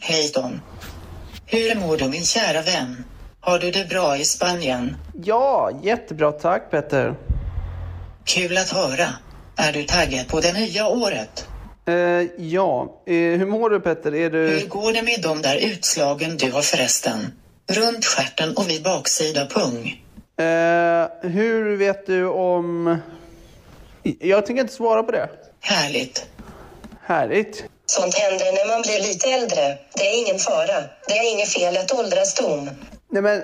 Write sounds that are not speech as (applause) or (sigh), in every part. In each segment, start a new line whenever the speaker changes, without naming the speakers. Hej Tom. Hur mår du min kära vän? Har du det bra i Spanien?
Ja, jättebra tack Petter.
Kul att höra. Är du taggad på det nya året?
Eh, ja, eh, hur mår du Petter? Är
Hur
du...
går det med de där utslagen du har förresten? Runt stjärten och vid baksida pung.
Eh, hur vet du om... Jag tänker inte svara på det.
Härligt.
Härligt.
Sånt händer när man blir lite äldre. Det är ingen fara. Det är inget fel att åldras tom.
Nej men...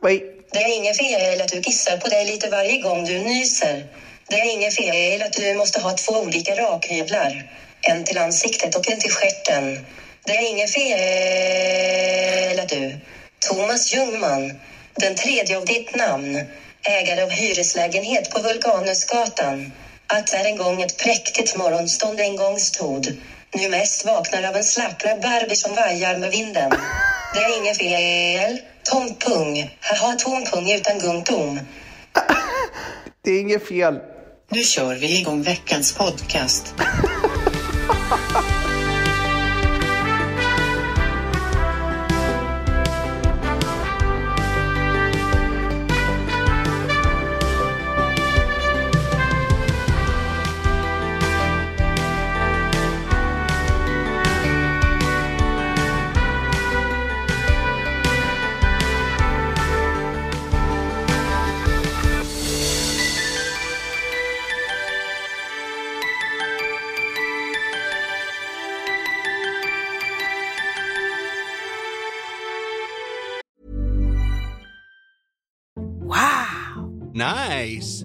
Vad i-
Det är inget fel att du kissar på dig lite varje gång du nyser. Det är inget fel att du måste ha två olika rakhyvlar. En till ansiktet och en till stjärten. Det är inget fel att du, Thomas Ljungman, den tredje av ditt namn, ägare av hyreslägenhet på Vulkanusgatan, att här en gång ett präktigt morgonstånd en gång stod, nu mest vaknar av en slappnad Barbie som vajar med vinden. Det är inget fel. Tompung. Haha, tompung utan gungtom.
Det är inget fel.
Nu kör vi igång veckans podcast.
Nice.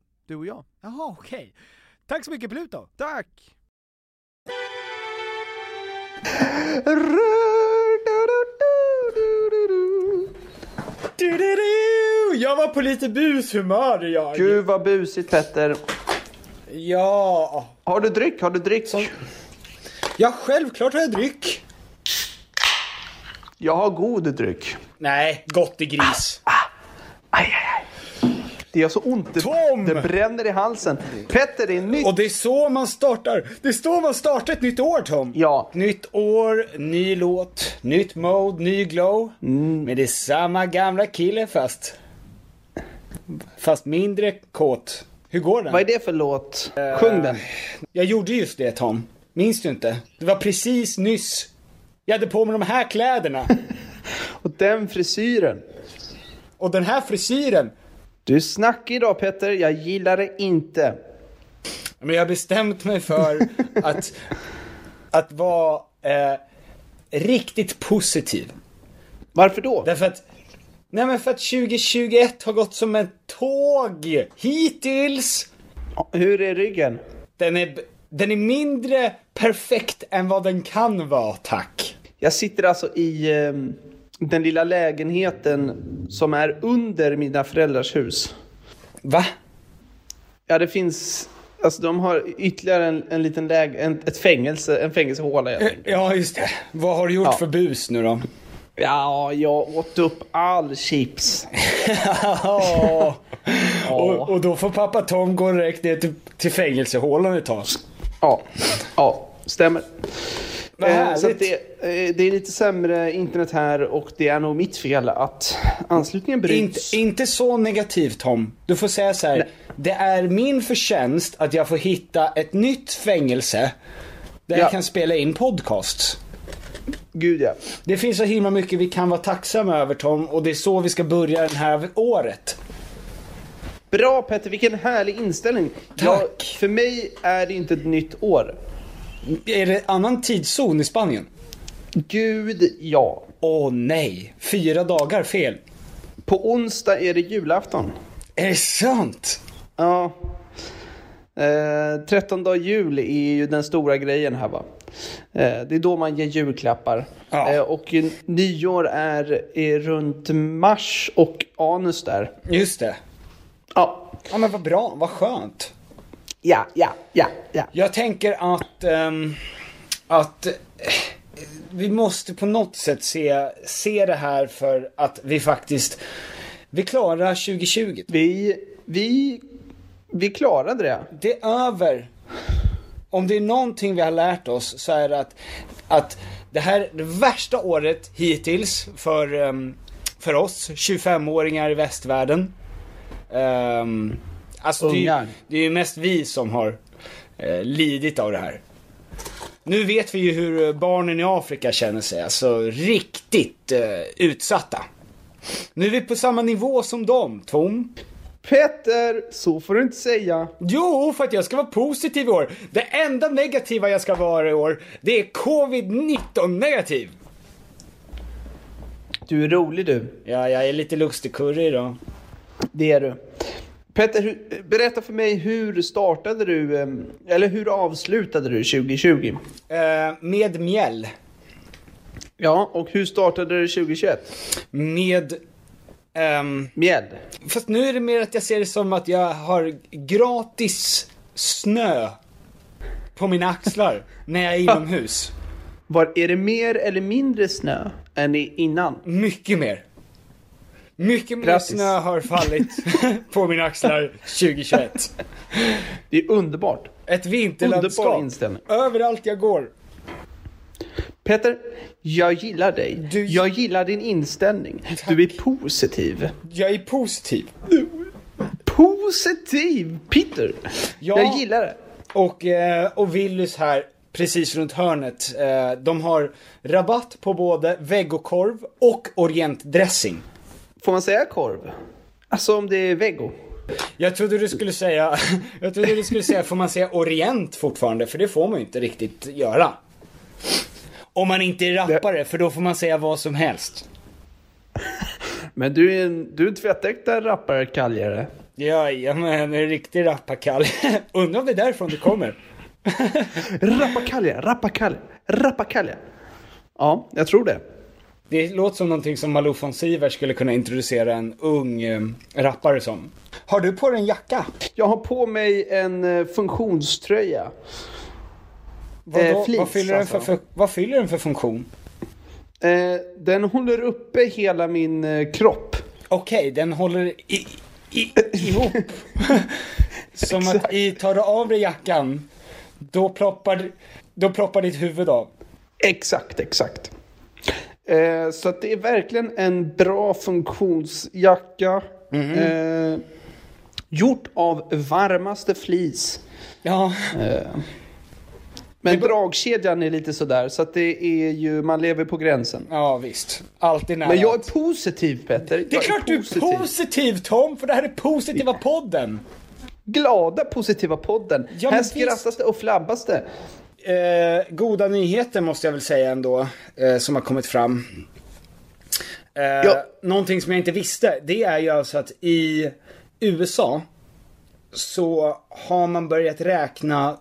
Du och jag.
Jaha, okej. Tack så mycket Pluto!
Tack!
Jag var på lite bushumör jag.
Gud vad busigt Petter.
Ja.
Har du dryck? Har du dryck?
Ja, självklart har jag dryck.
Jag har god dryck.
Nej, gott i gris.
Det gör så ont, det,
Tom!
det bränner i halsen. Petter, det är nytt!
Och det är så man startar. Det är så man startar ett nytt år Tom.
Ja.
Nytt år, ny låt, nytt mode, ny glow. Men det är samma gamla kille fast... Fast mindre kåt. Hur går den?
Vad är det för låt? Sjung den.
Jag gjorde just det Tom.
Minns du inte? Det var precis nyss. Jag hade på mig de här kläderna.
Och den frisyren.
Och den här frisyren.
Du är snackig idag Petter, jag gillar det inte.
Men jag har bestämt mig för att, att vara eh, riktigt positiv.
Varför då?
Därför att, nej men för att 2021 har gått som en tåg hittills.
Hur är ryggen?
Den är, den är mindre perfekt än vad den kan vara, tack.
Jag sitter alltså i eh, den lilla lägenheten som är under mina föräldrars hus.
Va?
Ja, det finns... Alltså de har ytterligare en, en liten läge, en, ett fängelse, en fängelsehåla helt enkelt.
Ja, just det. Vad har du gjort
Ja.
för bus nu då?
Ja, jag åt upp all chips.
Ja.
Ja.
och, och då får pappa Tom gå direkt ner till, till fängelsehålan ett tag.
Ja, ja, stämmer.
Vad
Eh, så
härligt.
att det, eh, det är lite sämre internet här och det är nog mitt fel att anslutningen
Inte,
bryts.
inte så negativt Tom. Du får säga så här. Det är min förtjänst att jag får hitta ett nytt fängelse. Där
Ja.
jag kan spela in podcasts.
Gud ja.
Det finns så himla mycket vi kan vara tacksamma över Tom och det är så vi ska börja det här året.
Bra Petter, vilken härlig inställning.
Tack.
för mig är det inte ett nytt år.
Är det annan tidszon i Spanien?
Gud ja.
Åh nej, fyra dagar fel.
På onsdag är det julafton.
Är det sant?
Ja. Eh, 13 dag jul är ju den stora grejen här va. Eh, det är då man ger julklappar.
Ja.
Eh, och eh, nyår är, är runt mars och anus där.
Just det.
Ja,
Ja men vad bra, vad skönt.
ja, ja, ja. ja.
Jag tänker att, ehm, att eh, vi måste på något sätt se, se det här för att vi faktiskt, vi klarar 2020.
Vi, vi, vi klarade det.
Det är över. Om det är någonting vi har lärt oss så är det att, att det här det värsta året hittills för, ehm, för oss 25-åringar i västvärlden. Um, alltså det, är ju-
Ungar.
det är ju mest vi som har eh, lidit av det här. Nu vet vi ju hur eh, barnen i Afrika känner sig, alltså riktigt eh, utsatta. Nu är vi på samma nivå som dem, Tom.
Petter, så får du inte säga.
Jo, för att jag ska vara positiv i år. Det enda negativa jag ska vara i år, det är covid-19 negativ.
Du är rolig du.
Ja, jag är lite lustigkurre idag.
Det är du. Petter, hur, berätta för mig hur startade du, eh, eller hur avslutade du 2020?
Eh, med mjäll.
Ja, och hur startade du 2021?
Med... ehm,
Mjäll.
fast nu är det mer att jag ser det som att jag har gratis snö på mina (laughs) axlar när jag är inomhus.
Var, är det mer eller mindre snö än i, innan?
Mycket mer. Mycket mer
Grattis.
snö har fallit (laughs) på mina (laughs) axlar 2021.
Det är underbart.
Ett
Underbar
vinterlandskap.
inställning.
Överallt jag går.
Petter, jag gillar dig.
Du-
Jag gillar din inställning. Du är positiv.
Jag är positiv.
Positiv Peter!
Ja.
Jag gillar det.
Och, eh, och Willys här, precis runt hörnet, eh, de har rabatt på både vegokorv och orientdressing.
Får man säga korv? Alltså om det är vego.
Jag trodde du skulle säga, (laughs) jag trodde du skulle säga, får man säga orient fortfarande? För det får man ju inte riktigt göra. Om man inte är rappare, för då får man säga vad som helst.
Men du är en, du är en tvättäkta rapparkaljare.
Jajamän, en riktig rapparkall. (laughs) Undrar om det är därifrån det kommer.
Rappakalja, rappakalja, rappakalja. Ja, jag tror det.
Det låter som någonting som Malou von Siver skulle kunna introducera en ung eh, rappare som. Eh, Har du på dig en jacka?
Jag har på mig en eh, funktionströja.
Vadå,
Eh, fleece,
vad, fyller den för,
alltså.
för, vad fyller den för funktion?
Eh, den håller uppe hela min eh, kropp.
Okej, den håller i, i, (laughs) ihop. som att
Exakt.
i, tar du av dig jackan, då ploppar, då ploppar ditt huvud av.
Exakt, exakt. Eh, så att det är verkligen en bra funktionsjacka. Eh,
Eh.
gjort av varmaste flis.
Ja,
Men dragkedjan är lite sådär, så att det är ju, man lever på gränsen.
Ja, visst. Alltid nära.
Men jag är positiv Petter.
Det är klart du är positiv Tom, för det här är positiva podden.
Glada positiva podden.
Ja,
här
men
skrattas det och flabbas det.
Eh, goda nyheter måste jag väl säga ändå, eh, som har kommit fram. Eh,
Ja.
Någonting som jag inte visste, det är ju alltså att i USA så har man börjat räkna,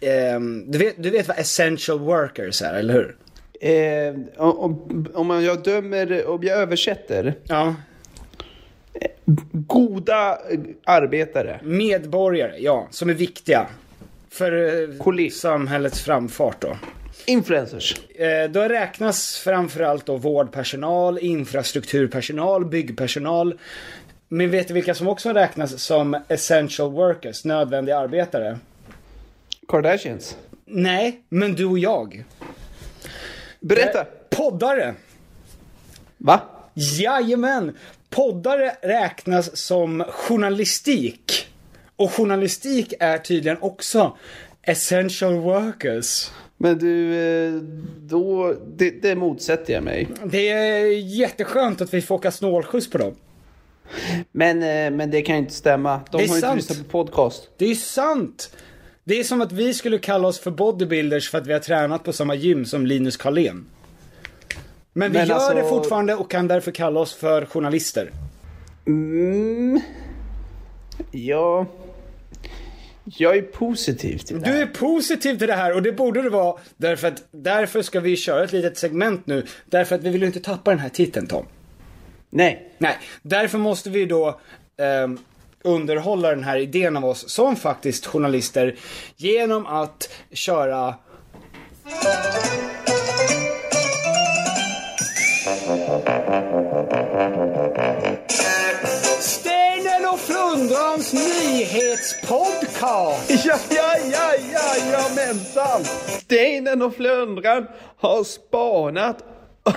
ehm, du, vet, du vet vad essential workers är, eller hur?
Eh, om, om man- jag dömer, om jag översätter.
Ja.
Goda eh, arbetare.
Medborgare, ja, som är viktiga. För eh,
Kolli-
samhällets framfart då.
Influencers.
Eh, Då räknas framförallt då vårdpersonal, infrastrukturpersonal, byggpersonal. Men vet du vilka som också räknas som essential workers, nödvändiga arbetare?
Kardashians.
Nej, men du och jag.
Berätta!
Poddare!
Va?
Jajamän! Poddare räknas som journalistik. Och journalistik är tydligen också essential workers.
Men du, eh, då, det, det motsätter jag mig.
Det är jätteskönt att vi får åka snålskjuts på dem.
Men, eh, men det kan ju inte stämma. De
Det
har ju
är
inte
sant.
lyssnat på podcast.
Det är sant! Det är som att vi skulle kalla oss för bodybuilders för att vi har tränat på samma gym som Linus Karlén. Men vi
Men
gör
alltså-
det fortfarande och kan därför kalla oss för journalister.
Mm. Ja. Jag är positiv till det
Du
här.
är positiv till det här och det borde du vara därför att därför ska vi köra ett litet segment nu. Därför att vi vill ju inte tappa den här titeln Tom.
Nej.
Nej, därför måste vi då ehm, underhålla den här idén av oss som faktiskt journalister genom att köra Sten och Flundrans nyhetspodcast!
(laughs) Ja, ja, ja, ja, ja, mensan. Stenen och flundran har spanat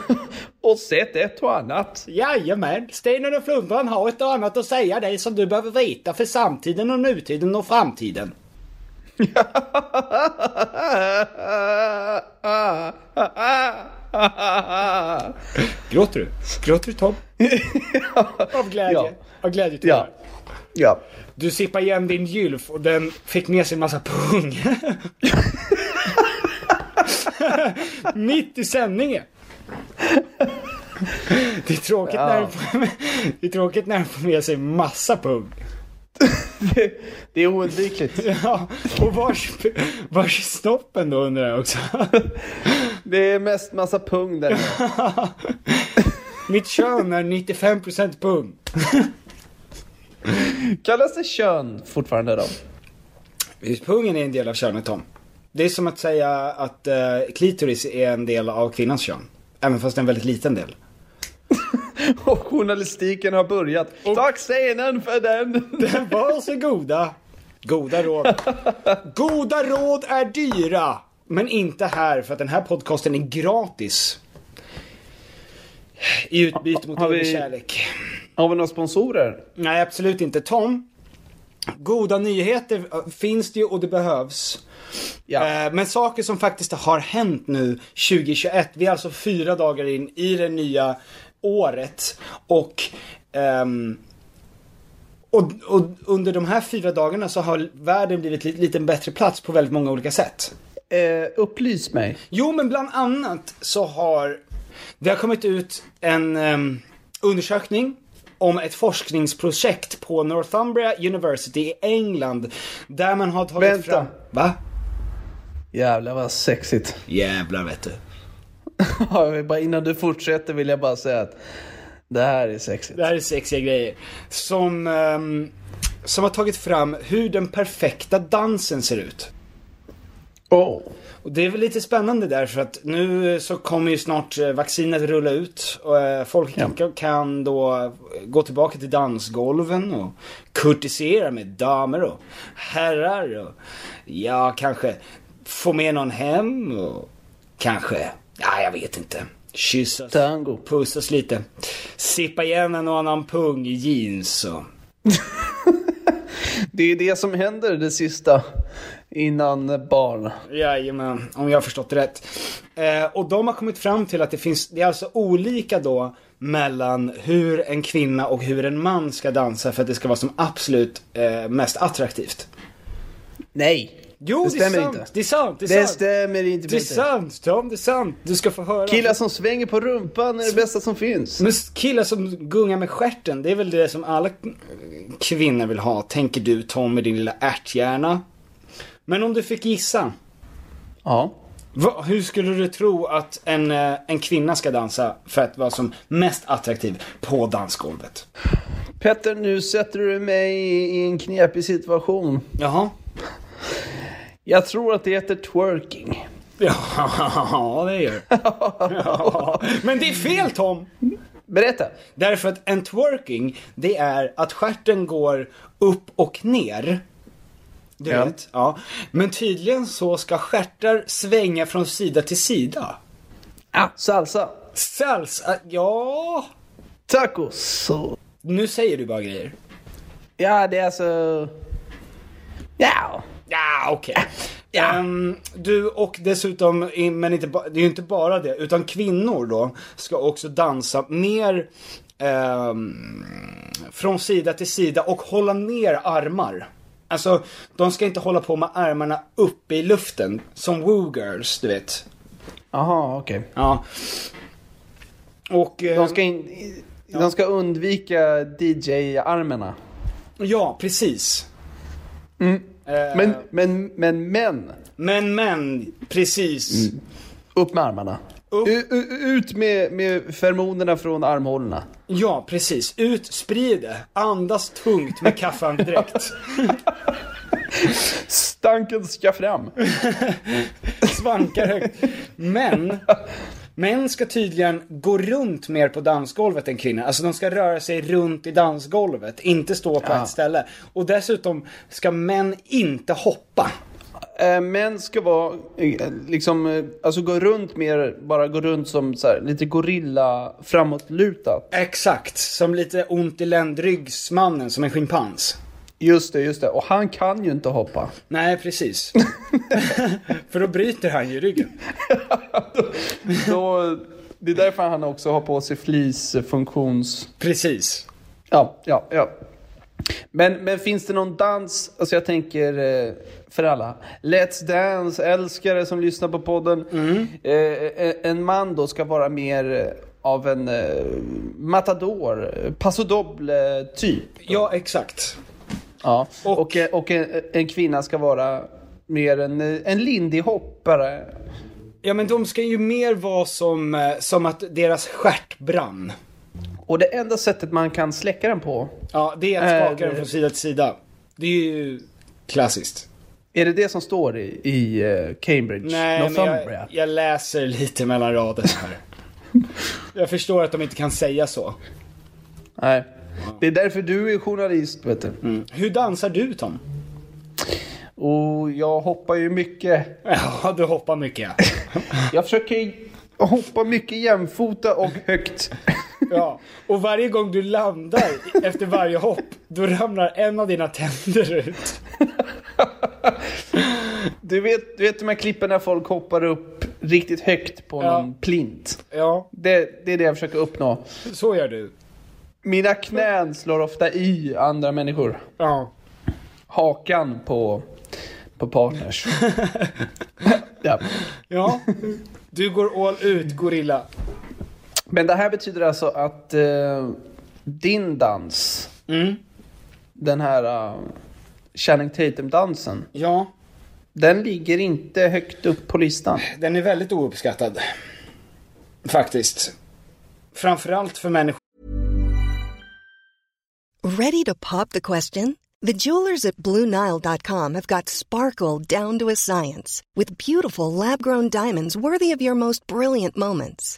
(laughs) och sett ett och annat. (laughs)
Jajamän, Stenen och Flundran har ett och annat att säga dig som du behöver veta för samtiden och nutiden och framtiden. Gråter du? Gråter du Tom? (laughs) Av glädje.
Ja.
Av glädje
ja. Ja.
Du sippar igen din gylf och den fick med sig en massa pung. (laughs) Mitt i sändningen. Det är tråkigt när den får- det är tråkigt när den får med sig massa pung.
Det är oundvikligt.
Ja, och vars, vars är snoppen då undrar jag också.
Det är mest massa pung där.
Mitt kön är 95% pung.
Kallas det kön fortfarande då?
Pungen är en del av könet Tom. Det är som att säga att eh, klitoris är en del av kvinnans kön. Även fast det är en väldigt liten del.
Och journalistiken har börjat. Tack scenen för den!
Varsågoda. Goda råd. Goda råd är dyra. Men inte här för att den här podcasten är gratis. I utbyte mot
Har vi-
evig kärlek.
Har vi några sponsorer?
Nej, absolut inte. Tom. Goda nyheter eh, finns det ju och det behövs.
Ja.
Eh, Men saker som faktiskt har hänt nu 2021, vi är alltså fyra dagar in i det nya året och, ehm, och, och under de här fyra dagarna så har världen blivit lite, lite en bättre plats på väldigt många olika sätt.
Eh, upplys mig.
Jo, men bland annat så har det har kommit ut en ehm, undersökning om ett forskningsprojekt på Northumbria University i England där man har tagit
Vänta.
fram... Va?
Jävlar vad sexigt.
Jävlar vet du.
Ja, jag vill bara- Innan du fortsätter vill jag bara säga att det här är sexigt.
Det här är sexiga grejer. Som, ehm, som har tagit fram hur den perfekta dansen ser ut.
Oh.
Och det är väl lite spännande där för att nu så kommer ju snart eh, vaccinet rulla ut och eh, folk
Ja.
kan, kan då gå tillbaka till dansgolven och kurtisera med damer och herrar och ja, kanske få med någon hem och kanske, ja jag vet inte, kyssas,
Tango.
pussas lite, sippa igen en och annan pung i jeans och
Det är ju det som händer det sista innan barn.
Jajamän, om jag har förstått det rätt. Eh, och de har kommit fram till att det finns, det är alltså olika då mellan hur en kvinna och hur en man ska dansa för att det ska vara som absolut eh, mest attraktivt.
Nej!
Jo,
Det
det, är
stämmer
sant,
inte.
det är sant, det är
Det
sant.
stämmer inte
Det är
Peter.
sant, Tom, det är sant. Du ska få höra.
Killar som svänger på rumpan är det bästa som finns.
Men killar som gungar med stjärten, det är väl det som alla eh, kvinnor vill ha, tänker du Tom med din lilla ärthjärna. Men om du fick gissa.
Ja.
Va, hur skulle du tro att en, eh, en kvinna ska dansa för att vara som mest attraktiv på dansgolvet?
Petter, nu sätter du mig i en knepig situation.
Jaha.
Jag tror att det heter twerking.
(laughs) Ja, det gör det. ja. Men det är fel Tom!
Berätta!
Därför att en twerking, det är att stjärten går upp och ner. Du
Ja.
vet? Ja. Men tydligen så ska stjärtar svänga från sida till sida.
Ah, salsa,
Salsa, ja...
tacos och...
Nu säger du bara grejer.
Ja, det är alltså... Ja!
Ja,
(laughs)
Ah, okej. Ehm, du och dessutom, i- men inte ba- det är ju inte bara det, utan kvinnor då ska också dansa mer ehm, från sida till sida och hålla ner armar. Alltså, de ska inte hålla på med armarna uppe i luften, som Woo Girls, du vet.
Jaha, okej.
Ja. Och... ehm,
De ska, in... De ska undvika DJ-armarna.
eh, Ja, precis. Eh,
Men, men, men män!
men, men, precis.
Mm. Upp med armarna. U- u- ut med, med feromonerna från armhålorna.
Ja, precis. Ut, sprid det. Andas tungt
(laughs)
med kaffeandedräkt.
Stanken ska (laughs) fram.
(laughs) Svankar högt. Men, män ska tydligen gå runt mer på dansgolvet än kvinnor. Alltså de ska röra sig runt i dansgolvet, inte stå på ett ställe. Och dessutom ska män inte hoppa.
Eh, män ska vara, eh, liksom, eh, alltså gå runt mer, bara gå runt som så här, lite gorilla framåtlutat.
Exakt, som lite ont i ländryggsmannen, som en schimpans.
Just det, just det. Och han kan ju inte hoppa.
Nej, precis. (laughs) För då bryter han ju ryggen.
Då, det är därför han också har på sig fleecefunktions...
Precis.
Ja, ja, ja. Men, men finns det någon dans, alltså jag tänker eh, för alla. Let's Dance, älskare som lyssnar på podden.
Mm.
Eh, eh, en man då ska vara mer eh, av en eh, matador, eh, paso doble typ.
Ja, exakt.
Ja, och,
Och-
och, en, eh, en kvinna ska vara mer en, eh, en lindig hoppare.
Ja men de ska ju mer vara som, eh, som att deras stjärt brann.
Och det enda sättet man kan släcka den på,
Ja, det är att
Äh,
skaka
det-
den från sida till sida. Det är ju klassiskt.
är det det som står i, i eh, Cambridge?
Nej, men
Northumbria?
jag, jag läser lite mellan raderna här. jag förstår att de inte kan säga så.
Nej. Det är därför du är journalist, vet du.
Hur dansar du Tom?
Och jag hoppar ju mycket.
Ja, du hoppar mycket ja.
Jag försöker ju hoppa mycket jämfota och högt.
(laughs) ja. Och varje gång du landar efter varje hopp, då ramlar en av dina tänder ut.
Du vet, du vet de här klippen när folk hoppar upp riktigt högt på
Ja.
någon plint?
Ja,
Det, det är det jag försöker uppnå.
så gör du.
Mina knän slår ofta i andra människor.
Ja.
hakan på, på
(laughs)
partners. ja.
Ja. Du går all ut, gorilla.
Men det här betyder alltså att eh, din dans, den här eh, Channing Tatum-dansen,
Ja.
den ligger inte högt upp på listan.
Den är väldigt ouppskattad. Faktiskt. Framförallt för människor
Ready to pop the question? The jewelers at BlueNile.com have got sparkle down to a science with beautiful lab grown diamonds worthy of your most brilliant moments.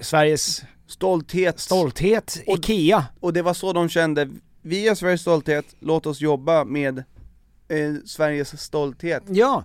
Sveriges
Stolthet.
stolthet, IKEA.
Och det var så de kände, vi är Sveriges stolthet, låt oss jobba med eh, Sveriges stolthet.
Ja,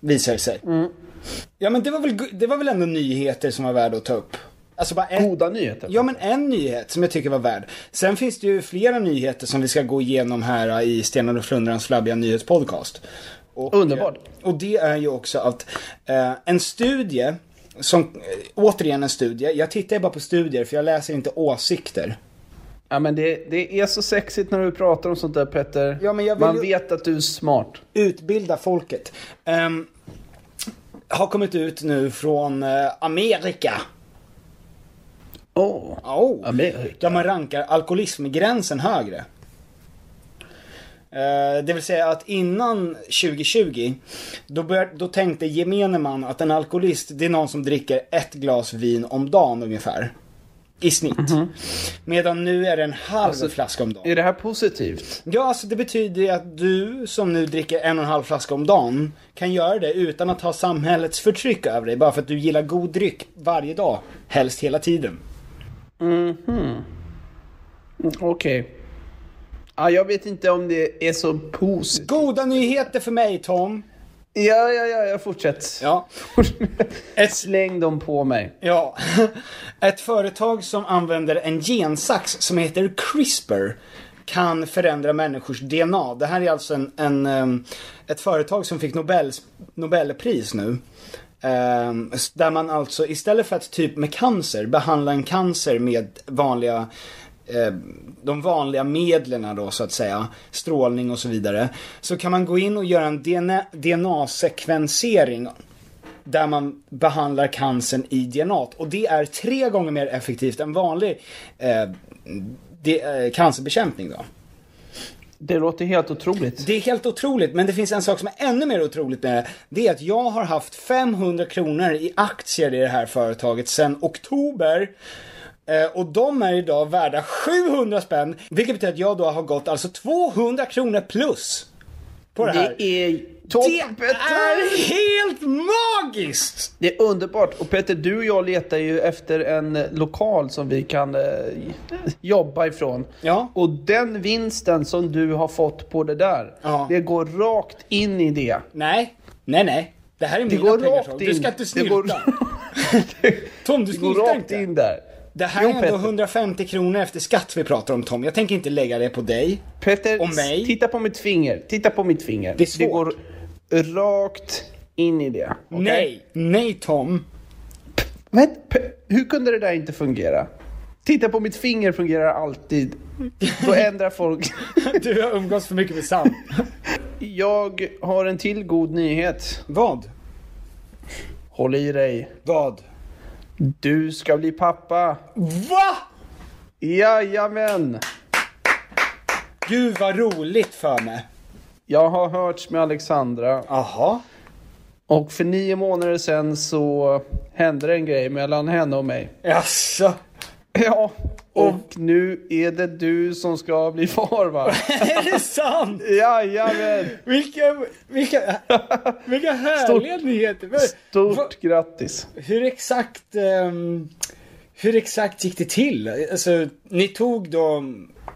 Visar det sig.
Mm.
Ja men det var, väl, gu- det var väl ändå nyheter som var värda att ta upp. Alltså bara en,
Goda nyheter.
Ja, men en nyhet som jag tycker var värd. Sen finns det ju flera nyheter som vi ska gå igenom här eh, i Stenarna och Flundrans flabbiga nyhetspodcast. Och,
Underbart.
Och det är ju också att eh, en studie, som, eh, återigen en studie, jag tittar ju bara på studier för jag läser inte åsikter.
Ja, men det, det är så sexigt när du pratar om sånt där Petter.
Ja, men jag vill
Man
ju-
vet att du är smart.
Utbilda folket. Ehm, har kommit ut nu från eh, Amerika.
Åh,
Oh.
Amerika.
Där man rankar alkoholismgränsen högre. Eh, Det vill säga att innan 2020 då, bör, då tänkte gemene man att en alkoholist det är någon som dricker ett glas vin om dagen ungefär. I snitt. Medan nu är det en halv flaska om dagen.
Mhm. Alltså, Är det här positivt?
Ja, alltså det betyder ju att du som nu dricker en och en halv flaska om dagen kan göra det utan att ha samhällets förtryck över dig. Bara för att du gillar god dryck varje dag. Helst hela tiden.
Okej. Ja, Ah, jag vet inte om det är så positivt.
Goda nyheter för mig Tom!
Ja, ja, ja, jag fortsätter.
Ja.
(laughs) Släng dem på mig.
Ja, (laughs) ett företag som använder en gensax som heter CRISPR kan förändra människors DNA. Det här är alltså en, en, ehm, ett företag som fick Nobels, Nobelpris nu. Ehm, s- Där man alltså istället för att typ med cancer behandla en cancer med vanliga eh, de vanliga medlen då så att säga, strålning och så vidare. Så kan man gå in och göra en DNA-sekvensering där man behandlar cancern i DNA. Och det är tre gånger mer effektivt än vanlig eh, de, eh, cancerbekämpning då.
Det låter helt otroligt.
Det är helt otroligt, men det finns en sak som är ännu mer otroligt med det. Det är att jag har haft 500 kronor i aktier i det här företaget sedan oktober. Eh, Och de är idag värda 700 spänn, vilket betyder att jag då har gått alltså 200 kronor plus. På det här.
Det är,
Toppen!
Det är helt magiskt!
Det är underbart. Och Peter, du och jag letar ju efter en lokal som vi kan eh, jobba ifrån.
Ja.
Och den vinsten som du har fått på det där,
Ja.
det går rakt in i det.
Nej, nej, nej. Det här är
Det
mina
går
pengar
rakt
Tom.
in.
Du ska inte
Det
snylta.
går-
(laughs) Tom,
(laughs)
du
Det går
snyltar
rakt
inte.
in där.
Det här
Jo,
är ändå
Petter.
150 kronor efter skatt vi pratar om Tom. Jag tänker inte lägga det på dig.
Peter,
Och mig.
titta på mitt finger. Titta på mitt finger.
Det är svårt.
går rakt in i det. okej?
Nej, nej Tom.
(laughs) Men Pe- hur kunde det där inte fungera? Titta på mitt finger fungerar alltid. Då ändrar folk.
Du har umgås för mycket med Sam.
Jag har en till god nyhet.
Vad?
Håll i dig.
Vad?
Du ska bli pappa.
Va?
Jajamän!
Gud vad roligt för mig.
Jag har hörts med Alexandra
Aha.
och för nio månader sedan så hände det en grej mellan henne och mig. (laughs)
Jaså?
Ja, och nu är det du som ska bli far va?
Är det sant?
Jajamän!
Vilka, vilka, vilka härliga nyheter. Men, va-
Stort grattis!
Hur exakt, ehm, hur exakt gick det till? Alltså, ni tog då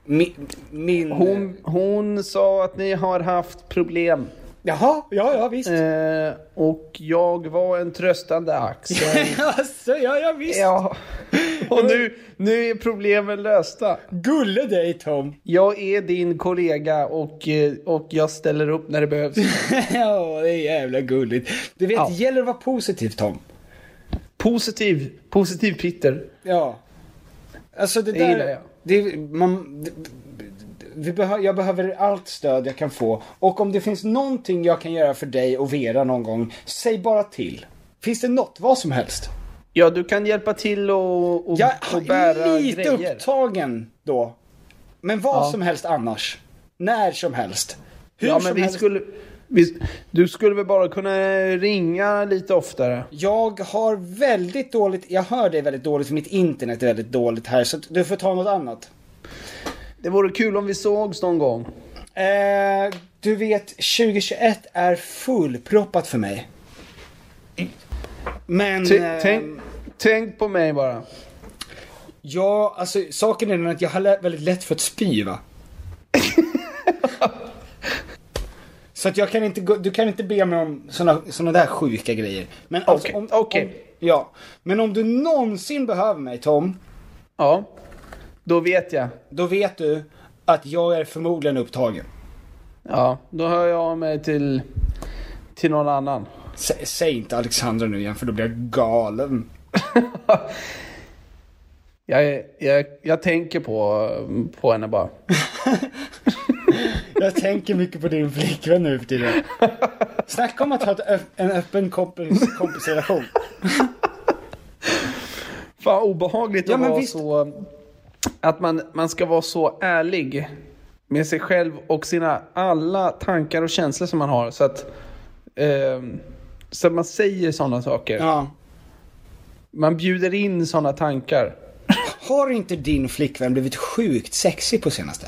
min... min
Hon, hon sa att ni har haft problem.
Jaha, ja, ja, visst.
Eh, och jag var en tröstande axel.
(laughs) alltså, (laughs) ja, ja, visst.
ja. Och nu, nu är problemen lösta.
Gulle dig, Tom.
Jag är din kollega och, eh, och jag ställer upp när det behövs.
(laughs) ja, det är jävla gulligt. Du vet,
Ja.
det gäller att vara positiv, Tom.
Positiv, positiv Peter.
Ja. Alltså, det,
Det
där...
gillar jag.
Det, man, det, vi behö, jag behöver allt stöd jag kan få. Och om det finns någonting jag kan göra för dig och Vera någon gång, säg bara till. Finns det något, vad som helst.
Ja, du kan hjälpa till och, och,
Jag
och bära
är lite
grejer.
upptagen då. Men vad
Ja.
som helst annars. När som helst. Hur
ja, men
som
vi
helst.
skulle... Vi, du skulle väl bara kunna ringa lite oftare?
Jag har väldigt dåligt, jag hör dig väldigt dåligt för mitt internet är väldigt dåligt här så att du får ta något annat.
Det vore kul om vi sågs någon gång.
Eh, du vet, 2021 är fullproppat för mig. Men...
T-
eh,
tänk, tänk på mig bara.
Ja, alltså saken är den att jag har lä- väldigt lätt för att
(laughs)
spy va? Så att jag kan inte gå, du kan inte be mig om såna, såna där sjuka grejer. Men alltså,
Okej,
om,
okej.
om, ja. Men om du någonsin behöver mig Tom,
Ja, då vet jag.
då vet du att jag är förmodligen upptagen.
Ja, då hör jag av mig till, till någon annan.
Sä, säg inte Alexandra nu igen för då blir jag galen.
Jag, jag, jag tänker på, på henne bara.
Jag tänker mycket på din flickvän nu
(laughs)
för tiden. Snacka om att ha ett, ö- en öppen kompis, kompisrelation.
Fan obehagligt
Ja,
att
men
vara
visst.
så... Att man, man ska vara så ärlig med sig själv och sina alla tankar och känslor som man har. Så att, ehm, så att man säger sådana saker.
Ja.
Man bjuder in sådana tankar.
Har inte din flickvän blivit sjukt sexig på senaste?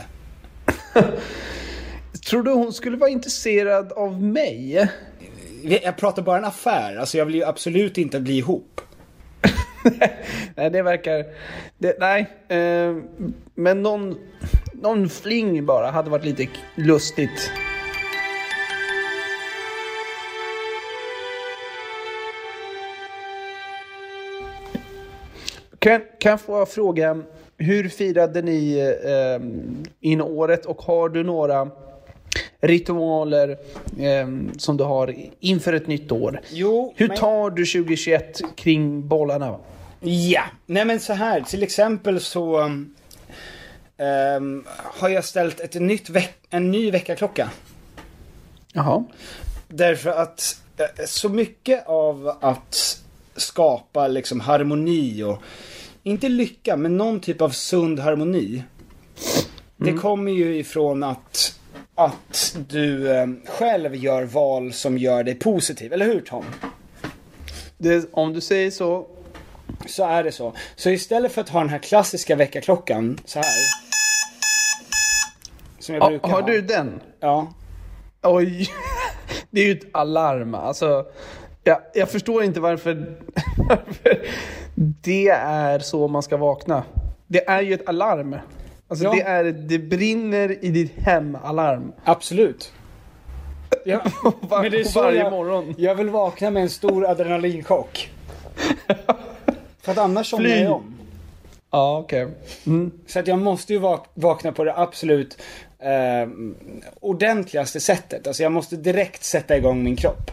Tror du hon skulle vara intresserad av mig?
Jag pratar bara en affär, alltså jag vill ju absolut inte bli ihop.
(laughs) Nej, det verkar... Det, nej. Eh, men någon, någon fling bara hade varit lite k- lustigt. Kan, kan jag få fråga, hur firade ni eh, in året och har du några ritualer eh, som du har inför ett nytt år?
Jo,
Hur
men-
tar du 2021 kring bollarna?
Ja, nej men så här, till exempel så um, ehm, har jag ställt ett nytt veck- en ny väckarklocka.
Jaha.
Därför att eh, så mycket av att skapa liksom harmoni och, inte lycka, men någon typ av sund harmoni.
Mm.
Det kommer ju ifrån att, att du eh, själv gör val som gör dig positiv, eller hur Tom?
Det, om du säger så.
Så är det så. Så istället för att ha den här klassiska väckarklockan så här. Som jag
Ja,
brukar
har
ha.
du den?
Ja.
Oj. (laughs) Det är ju ett alarm. Alltså, jag, jag förstår inte varför, (laughs) varför det är så man ska vakna. Det är ju ett alarm. Alltså,
Ja.
det, är, ett- det brinner i ditt hem-alarm.
Absolut. Ja.
var-
Men det är
(laughs) och
så
varje
jag,
morgon.
jag vill vakna med en
(laughs)
stor adrenalinchock. För att annars somnar
Fly.
jag om.
Ja, okej.
Så att jag måste ju vak- vakna på det absolut eh, ordentligaste sättet. Alltså jag måste direkt sätta igång min kropp.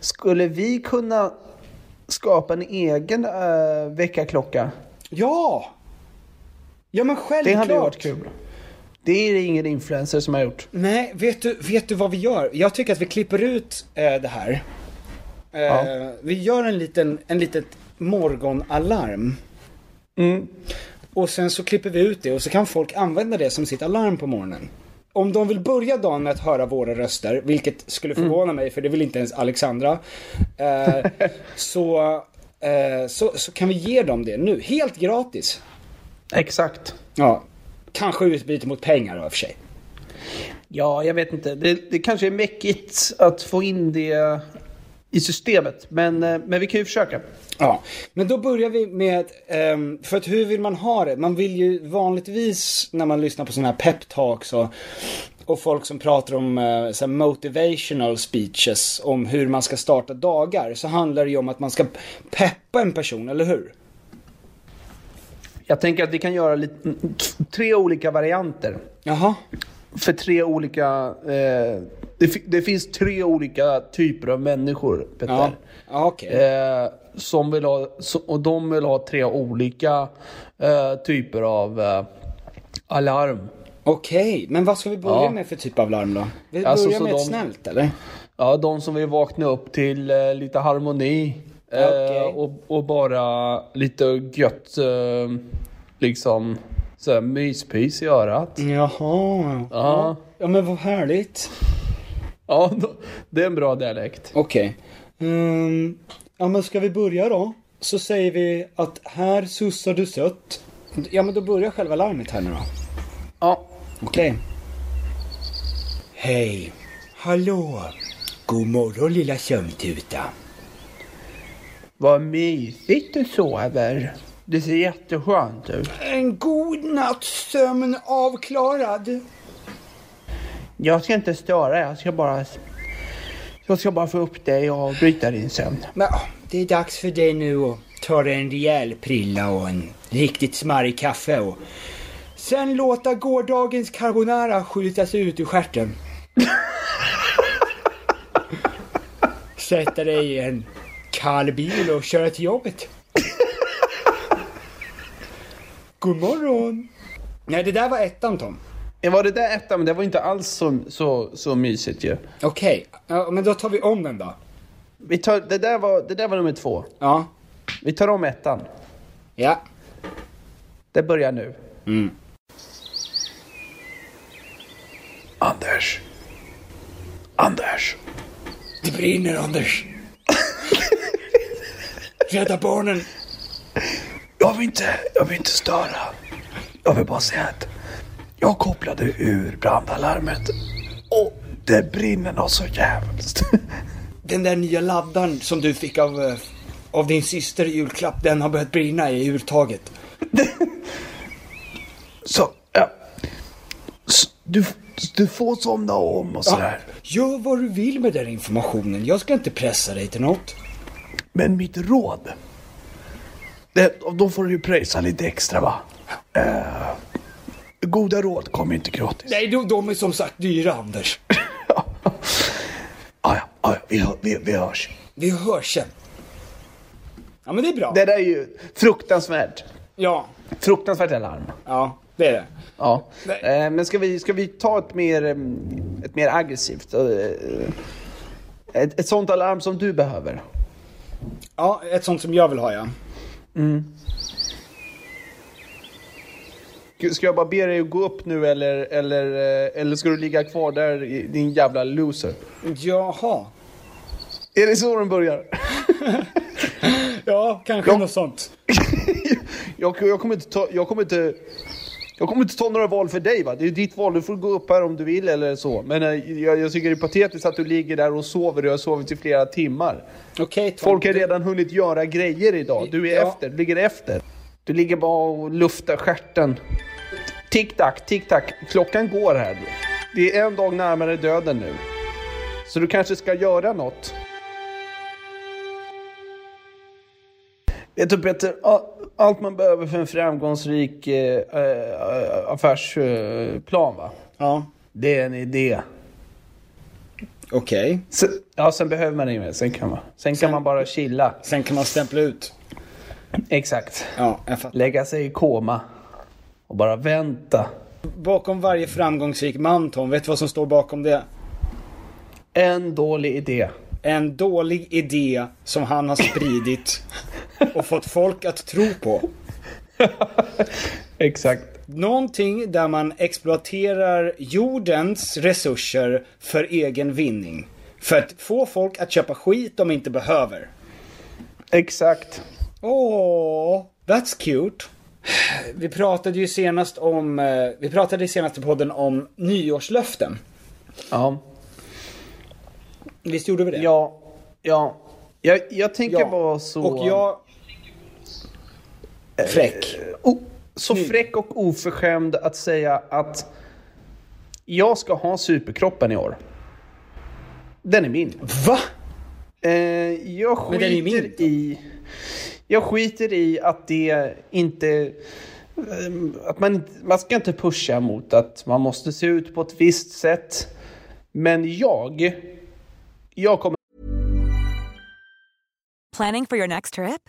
Skulle vi kunna skapa en egen äh, väckarklocka?
Ja! Ja men självklart!
Det hade ju varit kul. Det är ingen influencer som har gjort.
Nej, vet du, vet du vad vi gör? Jag tycker att vi klipper ut eh, det här. Eh,
Ja.
Vi gör en liten, en litet morgonalarm. Och sen så klipper vi ut det och så kan folk använda det som sitt alarm på morgonen. Om de vill börja dagen med att höra våra röster, vilket skulle förvåna mig för det vill inte ens Alexandra. Eh, så, eh, så, så kan vi ge dem det nu, helt gratis.
Exakt.
Ja, kanske utbyte mot pengar då i och för sig.
Ja, jag vet inte. Det, det kanske är mäckigt att få in det i systemet. Men, eh, men vi kan ju försöka.
Ja, men då börjar vi med, ehm, för att hur vill man ha det? Man vill ju vanligtvis när man lyssnar på sådana här peptalks och, och folk som pratar om eh, så här motivational speeches om hur man ska starta dagar så handlar det ju om att man ska peppa en person, eller hur?
Jag tänker att vi kan göra lite, mm, t- tre olika varianter.
Jaha.
För tre olika... Eh, det, fi- det finns tre olika typer av människor, Petter.
Ja, ja okej.
Eh, som vill ha, så- och de vill ha tre olika eh, typer av eh, alarm.
Okej, men vad ska vi börja
Ja.
med för typ av larm då? Vi
Alltså,
börjar
så
med ett
de-
snällt eller?
Ja, de som vill vakna upp till eh, lite harmoni. Eh,
Okej.
och, och bara lite gött, eh, liksom, så här myspys i
Mm.
örat.
Jaha.
Ja.
Ja men vad härligt.
Ja, då- det är en bra dialekt.
Okej. Ehm, ja men ska vi börja då? Så säger vi att här sussar du sött. Ja men då börjar själva larmet här nu då.
Ja.
Okej. Hej. Hallå. God morgon lilla sömntuta.
Vad mysigt du sover. Det ser jätteskönt ut.
En god natts sömn avklarad.
Jag ska inte störa, jag ska bara... Jag ska bara få upp dig och bryta din sömn.
Men ah, det är dags för dig nu att ta dig en rejäl prilla och en riktigt smarrig kaffe och sen låta gårdagens carbonara skjutas ut
(laughs)
ur stjärten. Sätta dig i en kall bil och köra till jobbet. God morgon! Nej, det där var ettan Tom.
Var det där ettan? Men det var inte alls så, så, så mysigt ju.
Okej, ja, men då tar vi om den då.
Vi tar, det, där var, det där var nummer två.
Ja.
Vi tar om ettan.
Ja.
Det börjar nu.
Mm.
Anders. Anders.
Det brinner Anders. Rädda barnen.
Jag vill inte, jag vill inte störa. Jag vill bara säga att jag kopplade ur brandalarmet. Och det brinner något så jävligt.
Den där nya laddaren som du fick av, eh, av din syster i julklapp, den har börjat brinna i urtaget.
Så, ja. S- Du, du får somna om och sådär.
Gör vad du vill med den informationen, jag ska inte pressa dig till något.
Men mitt råd. Det, då får du ju pröjsa lite extra va. Eh, goda råd kommer inte gratis.
Nej, de, de är som sagt dyra Anders.
Ah, ja, ah, ja, vi, hör- vi, vi hörs.
Vi hörs sen. Ja men det är bra.
Det där är ju fruktansvärt.
Ja,
Fruktansvärt alarm.
ja, det är det.
Ja.
Nej.
Eh, men ska vi, ska vi ta ett mer, mm, ett mer aggressivt? eh, Ett, ett sånt alarm som du behöver?
Ja, ett sånt som jag vill ha ja.
Ska jag bara be dig att gå upp nu eller, eller, eh, eller ska du ligga kvar där, i- din jävla loser?
Jaha.
Är det så den börjar?
Ja, kanske något sånt.
Jag, jag, kommer inte ta, jag kommer inte... Jag kommer inte ta några val för dig va? Det är ditt val, du får gå upp här om du vill eller så. Men eh, jag, jag tycker det är patetiskt att du ligger där och sover och jag har sovit i flera timmar.
Okej Tom.
Folk har
du-
redan hunnit göra grejer idag. Du är
Ja.
efter, du ligger efter. Du ligger bara och luftar stjärten. Tick tack, tick tack. Klockan går här. Det är en dag närmare döden nu. Så du kanske ska göra något. Vet du Peter, a- allt man behöver för en framgångsrik eh, eh, affärsplan va?
Ja.
Det är en idé.
Okej.
Ja, sen behöver man inget mer. Sen kan man, sen kan man bara chilla.
Sen kan man stämpla ut.
Exakt.
Ja, jag fattar.
Lägga sig i koma. Och bara vänta.
Bakom varje framgångsrik man Tom, vet du vad som står bakom det?
En dålig idé.
En dålig idé som han har spridit och fått folk att tro på.
Exakt.
Någonting där man exploaterar jordens resurser för egen vinning. För att få folk att köpa skit de inte behöver.
Exakt.
Åh, that's cute. Vi pratade ju senast om, eh, vi pratade i senaste podden om nyårslöften.
Ja.
Visst gjorde vi det?
Ja. Ja. Jag, jag tänker
Ja.
vara så...
Och jag... Eh, Fräck.
o- så
Mm.
fräck och oförskämd att säga att jag ska ha superkroppen i år. Den är min.
Va?
Eh, jag
Men den är ju min,
skiter
då.
i... Jag skiter i att det inte... eh, Att man, inte- man ska inte pusha mot att man måste se ut på ett visst sätt. Men jag... Jag kommer
Planning for your next trip?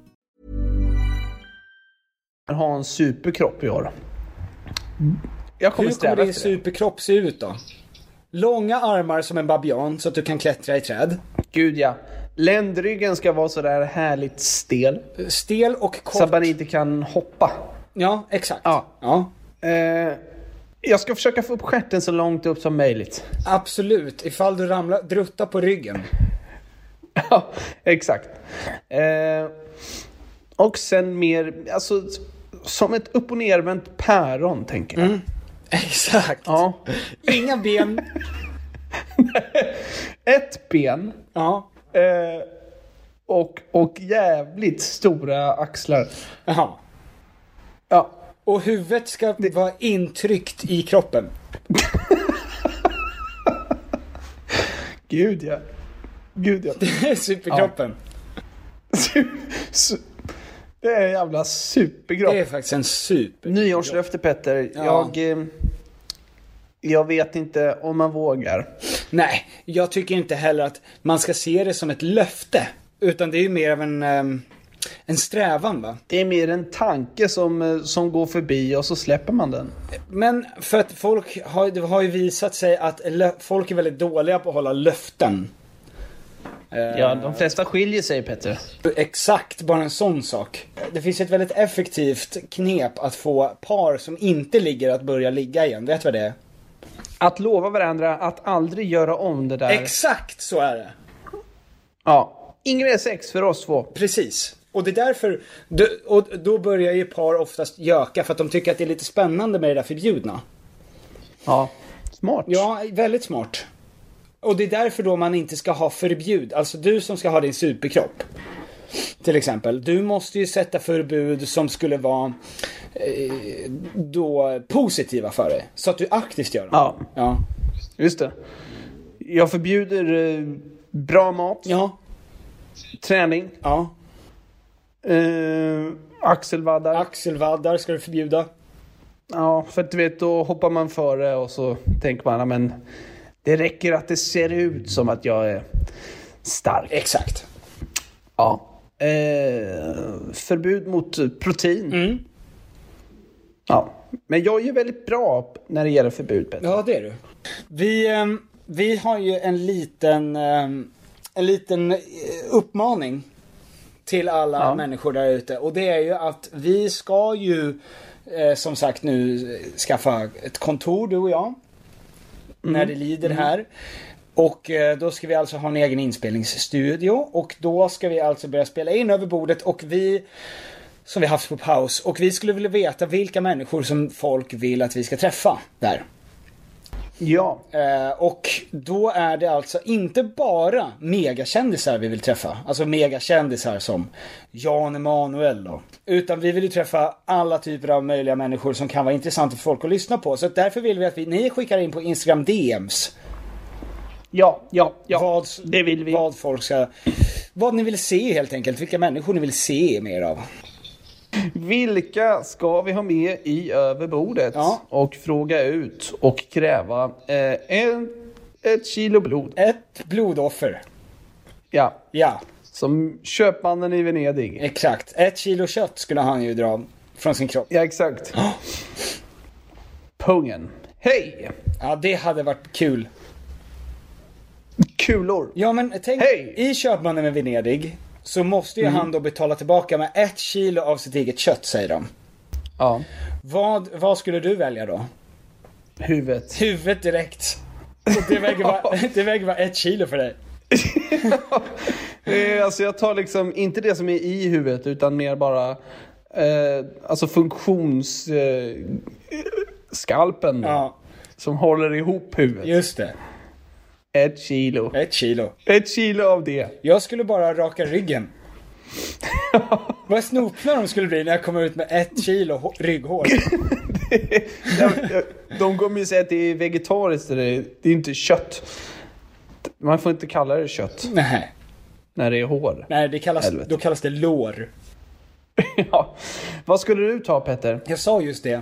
ha en superkropp i år. Jag kommer
Hur kommer
sträva
din
efter det.
superkropp se ut då? Långa armar som en babian så att du kan klättra i träd.
Gud ja. Ländryggen ska vara sådär härligt stel.
Stel och kort.
Så att man inte kan hoppa.
Ja, exakt.
Ja.
ja.
Eh, jag ska försöka få upp stjärten så långt upp som möjligt.
Absolut, ifall du ramlar, drutta på ryggen. (laughs)
Ja, exakt. Eh, och sen mer, alltså som ett upp och nervänt päron tänker
Mm.
jag.
Exakt.
Ja.
Inga ben.
Ett ben
Ja.
eh, och, och jävligt stora axlar.
Jaha.
Ja,
Och huvudet ska vara intryckt i kroppen. (laughs)
gud ja. Gud ja. (laughs)
Superkroppen.
Su- su- Det är en jävla superkropp.
Det är faktiskt en super.
Nyårslöfte Petter.
Ja.
Jag, eh, jag vet inte om man vågar.
Nej, jag tycker inte heller att man ska se det som ett löfte. Utan det är ju mer av en, ehm, en strävan va.
Det är mer en tanke som, eh, som går förbi och så släpper man den.
Men för att folk har, det har ju visat sig att lö- folk är väldigt dåliga på att hålla löften.
Ja, de flesta skiljer sig Petter.
Exakt, bara en sån sak. Det finns ett väldigt effektivt knep att få par som inte ligger att börja ligga igen. Vet du vad det är?
Att lova varandra att aldrig göra om det där.
Exakt så är det.
ja. Ingrid är sex för oss två.
Precis. Och det är därför, du- och då börjar ju par oftast göka för att de tycker att det är lite spännande med det där förbjudna.
Ja. Smart.
Ja, väldigt smart. Och det är därför då man inte ska ha förbjud, alltså du som ska ha din superkropp. Till exempel. Du måste ju sätta förbud som skulle vara eh, då positiva för dig. Så att du aktivt gör dem.
Ja.
ja.
Just det. Jag förbjuder eh, bra mat.
Ja.
Träning. Eh,
Ja.
axelvaddar.
Axelvaddar ska du förbjuda.
Ja, för att du vet, då hoppar man före och så tänker man, "Ja, men det räcker att det ser ut som att jag är stark.
Exakt.
Ja. Eh, förbud mot protein. Ja. Men jag är ju väldigt bra när det gäller förbud, Petter.
Ja, det är du. Vi, eh, vi har ju en liten, eh, en liten eh, uppmaning till alla
Ja.
människor där ute. Och det är ju att vi ska ju eh, som sagt nu eh, skaffa ett kontor du och jag. När det lider här. Och eh, då ska vi alltså ha en egen inspelningsstudio. Och då ska vi alltså börja spela in över bordet och vi som vi haft på paus. Och vi skulle vilja veta vilka människor som folk vill att vi ska träffa där.
Ja.
Eh, och då är det alltså inte bara megakändisar vi vill träffa. Alltså megakändisar som Jan Emanuel då. Utan vi vill ju träffa alla typer av möjliga människor som kan vara intressanta för folk att lyssna på. Så att därför vill vi att vi, ni skickar in på Instagram DMs.
Ja, ja, ja.
Vad, det vill vi. Vad folk ska... Vad ni vill se helt enkelt. Vilka människor ni vill se mer av.
Vilka ska vi ha med i överbordet? Och fråga ut och kräva eh, en, ett kilo blod.
Ett blodoffer.
Ja.
Ja.
Som köpmannen i Venedig.
Exakt. Ett kilo kött skulle han ju dra från sin kropp.
Ja, exakt. (gasps) Pungen. Hej!
Ja, det hade varit kul.
Kulor.
Ja, men tänk i Köpmannen med Venedig så måste ju
Mm.
han då betala tillbaka med ett kilo av sitt eget kött säger de.
Ja.
Vad, vad skulle du välja då?
Huvudet.
Huvudet direkt. Och Det
(laughs)
väger, bara, det väger bara ett kilo för dig.
Eh, alltså jag tar liksom inte det som är i huvudet utan mer bara eh, alltså funktions... Eh, skalpen
ja.
som håller ihop huvudet.
Just det.
Ett kilo.
Ett kilo.
Ett kilo av det.
Jag skulle bara raka ryggen.
(laughs)
Vad snopna de skulle bli när jag kommer ut med ett kilo hå-
(laughs)
rygghår.
De kommer ju säga att det är vegetariskt, det är det är inte kött. Man får inte kalla det kött.
Nej.
När det är hår.
Nej, det kallas,
Helvete.
då kallas det lår.
(laughs) Vad skulle du ta Petter?
Jag sa just det.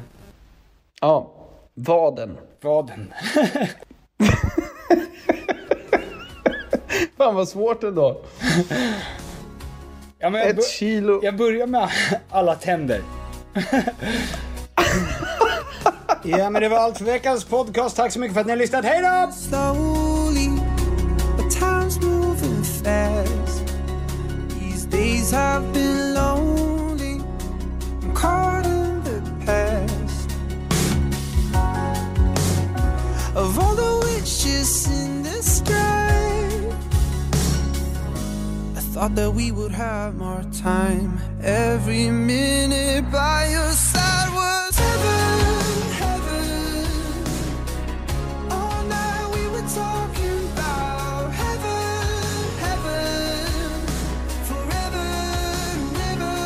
Ja, vaden.
Vaden.
Fan vad svårt ändå.
Ja, men jag
Ett
bör-
kilo.
Jag börjar med alla tänder. ja, men det var allt för veckans podcast. Tack så mycket för att ni har lyssnat. Hej då!
slowly, but time's moving fast. These days have been lonely, I'm caught in the past. Of all the witches in the sky, I thought that we would have more time. Every minute by your side was heaven, heaven. All night we were talking about heaven, heaven, forever and ever.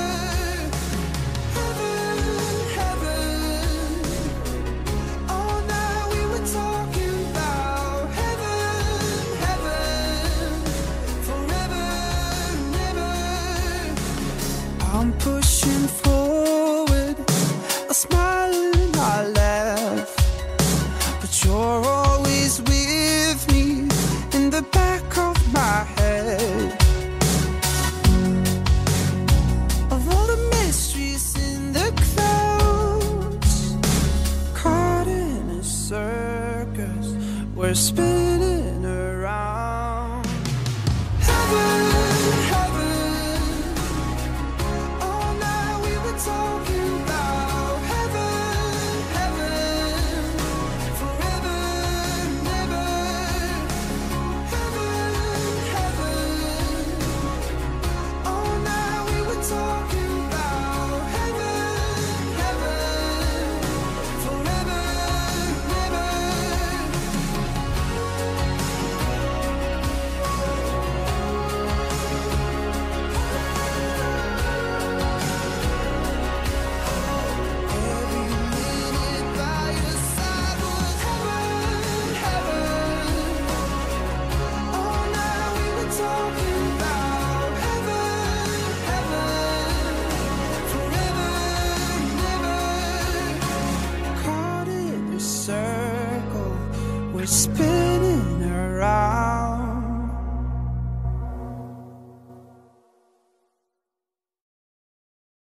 Heaven, heaven. All night we were talking about heaven, heaven, forever and ever. I'm pushing forward, I smile and I laugh. But you're always with me in the back of my head. Of all the mysteries in the clouds, caught in a circus, we're spinning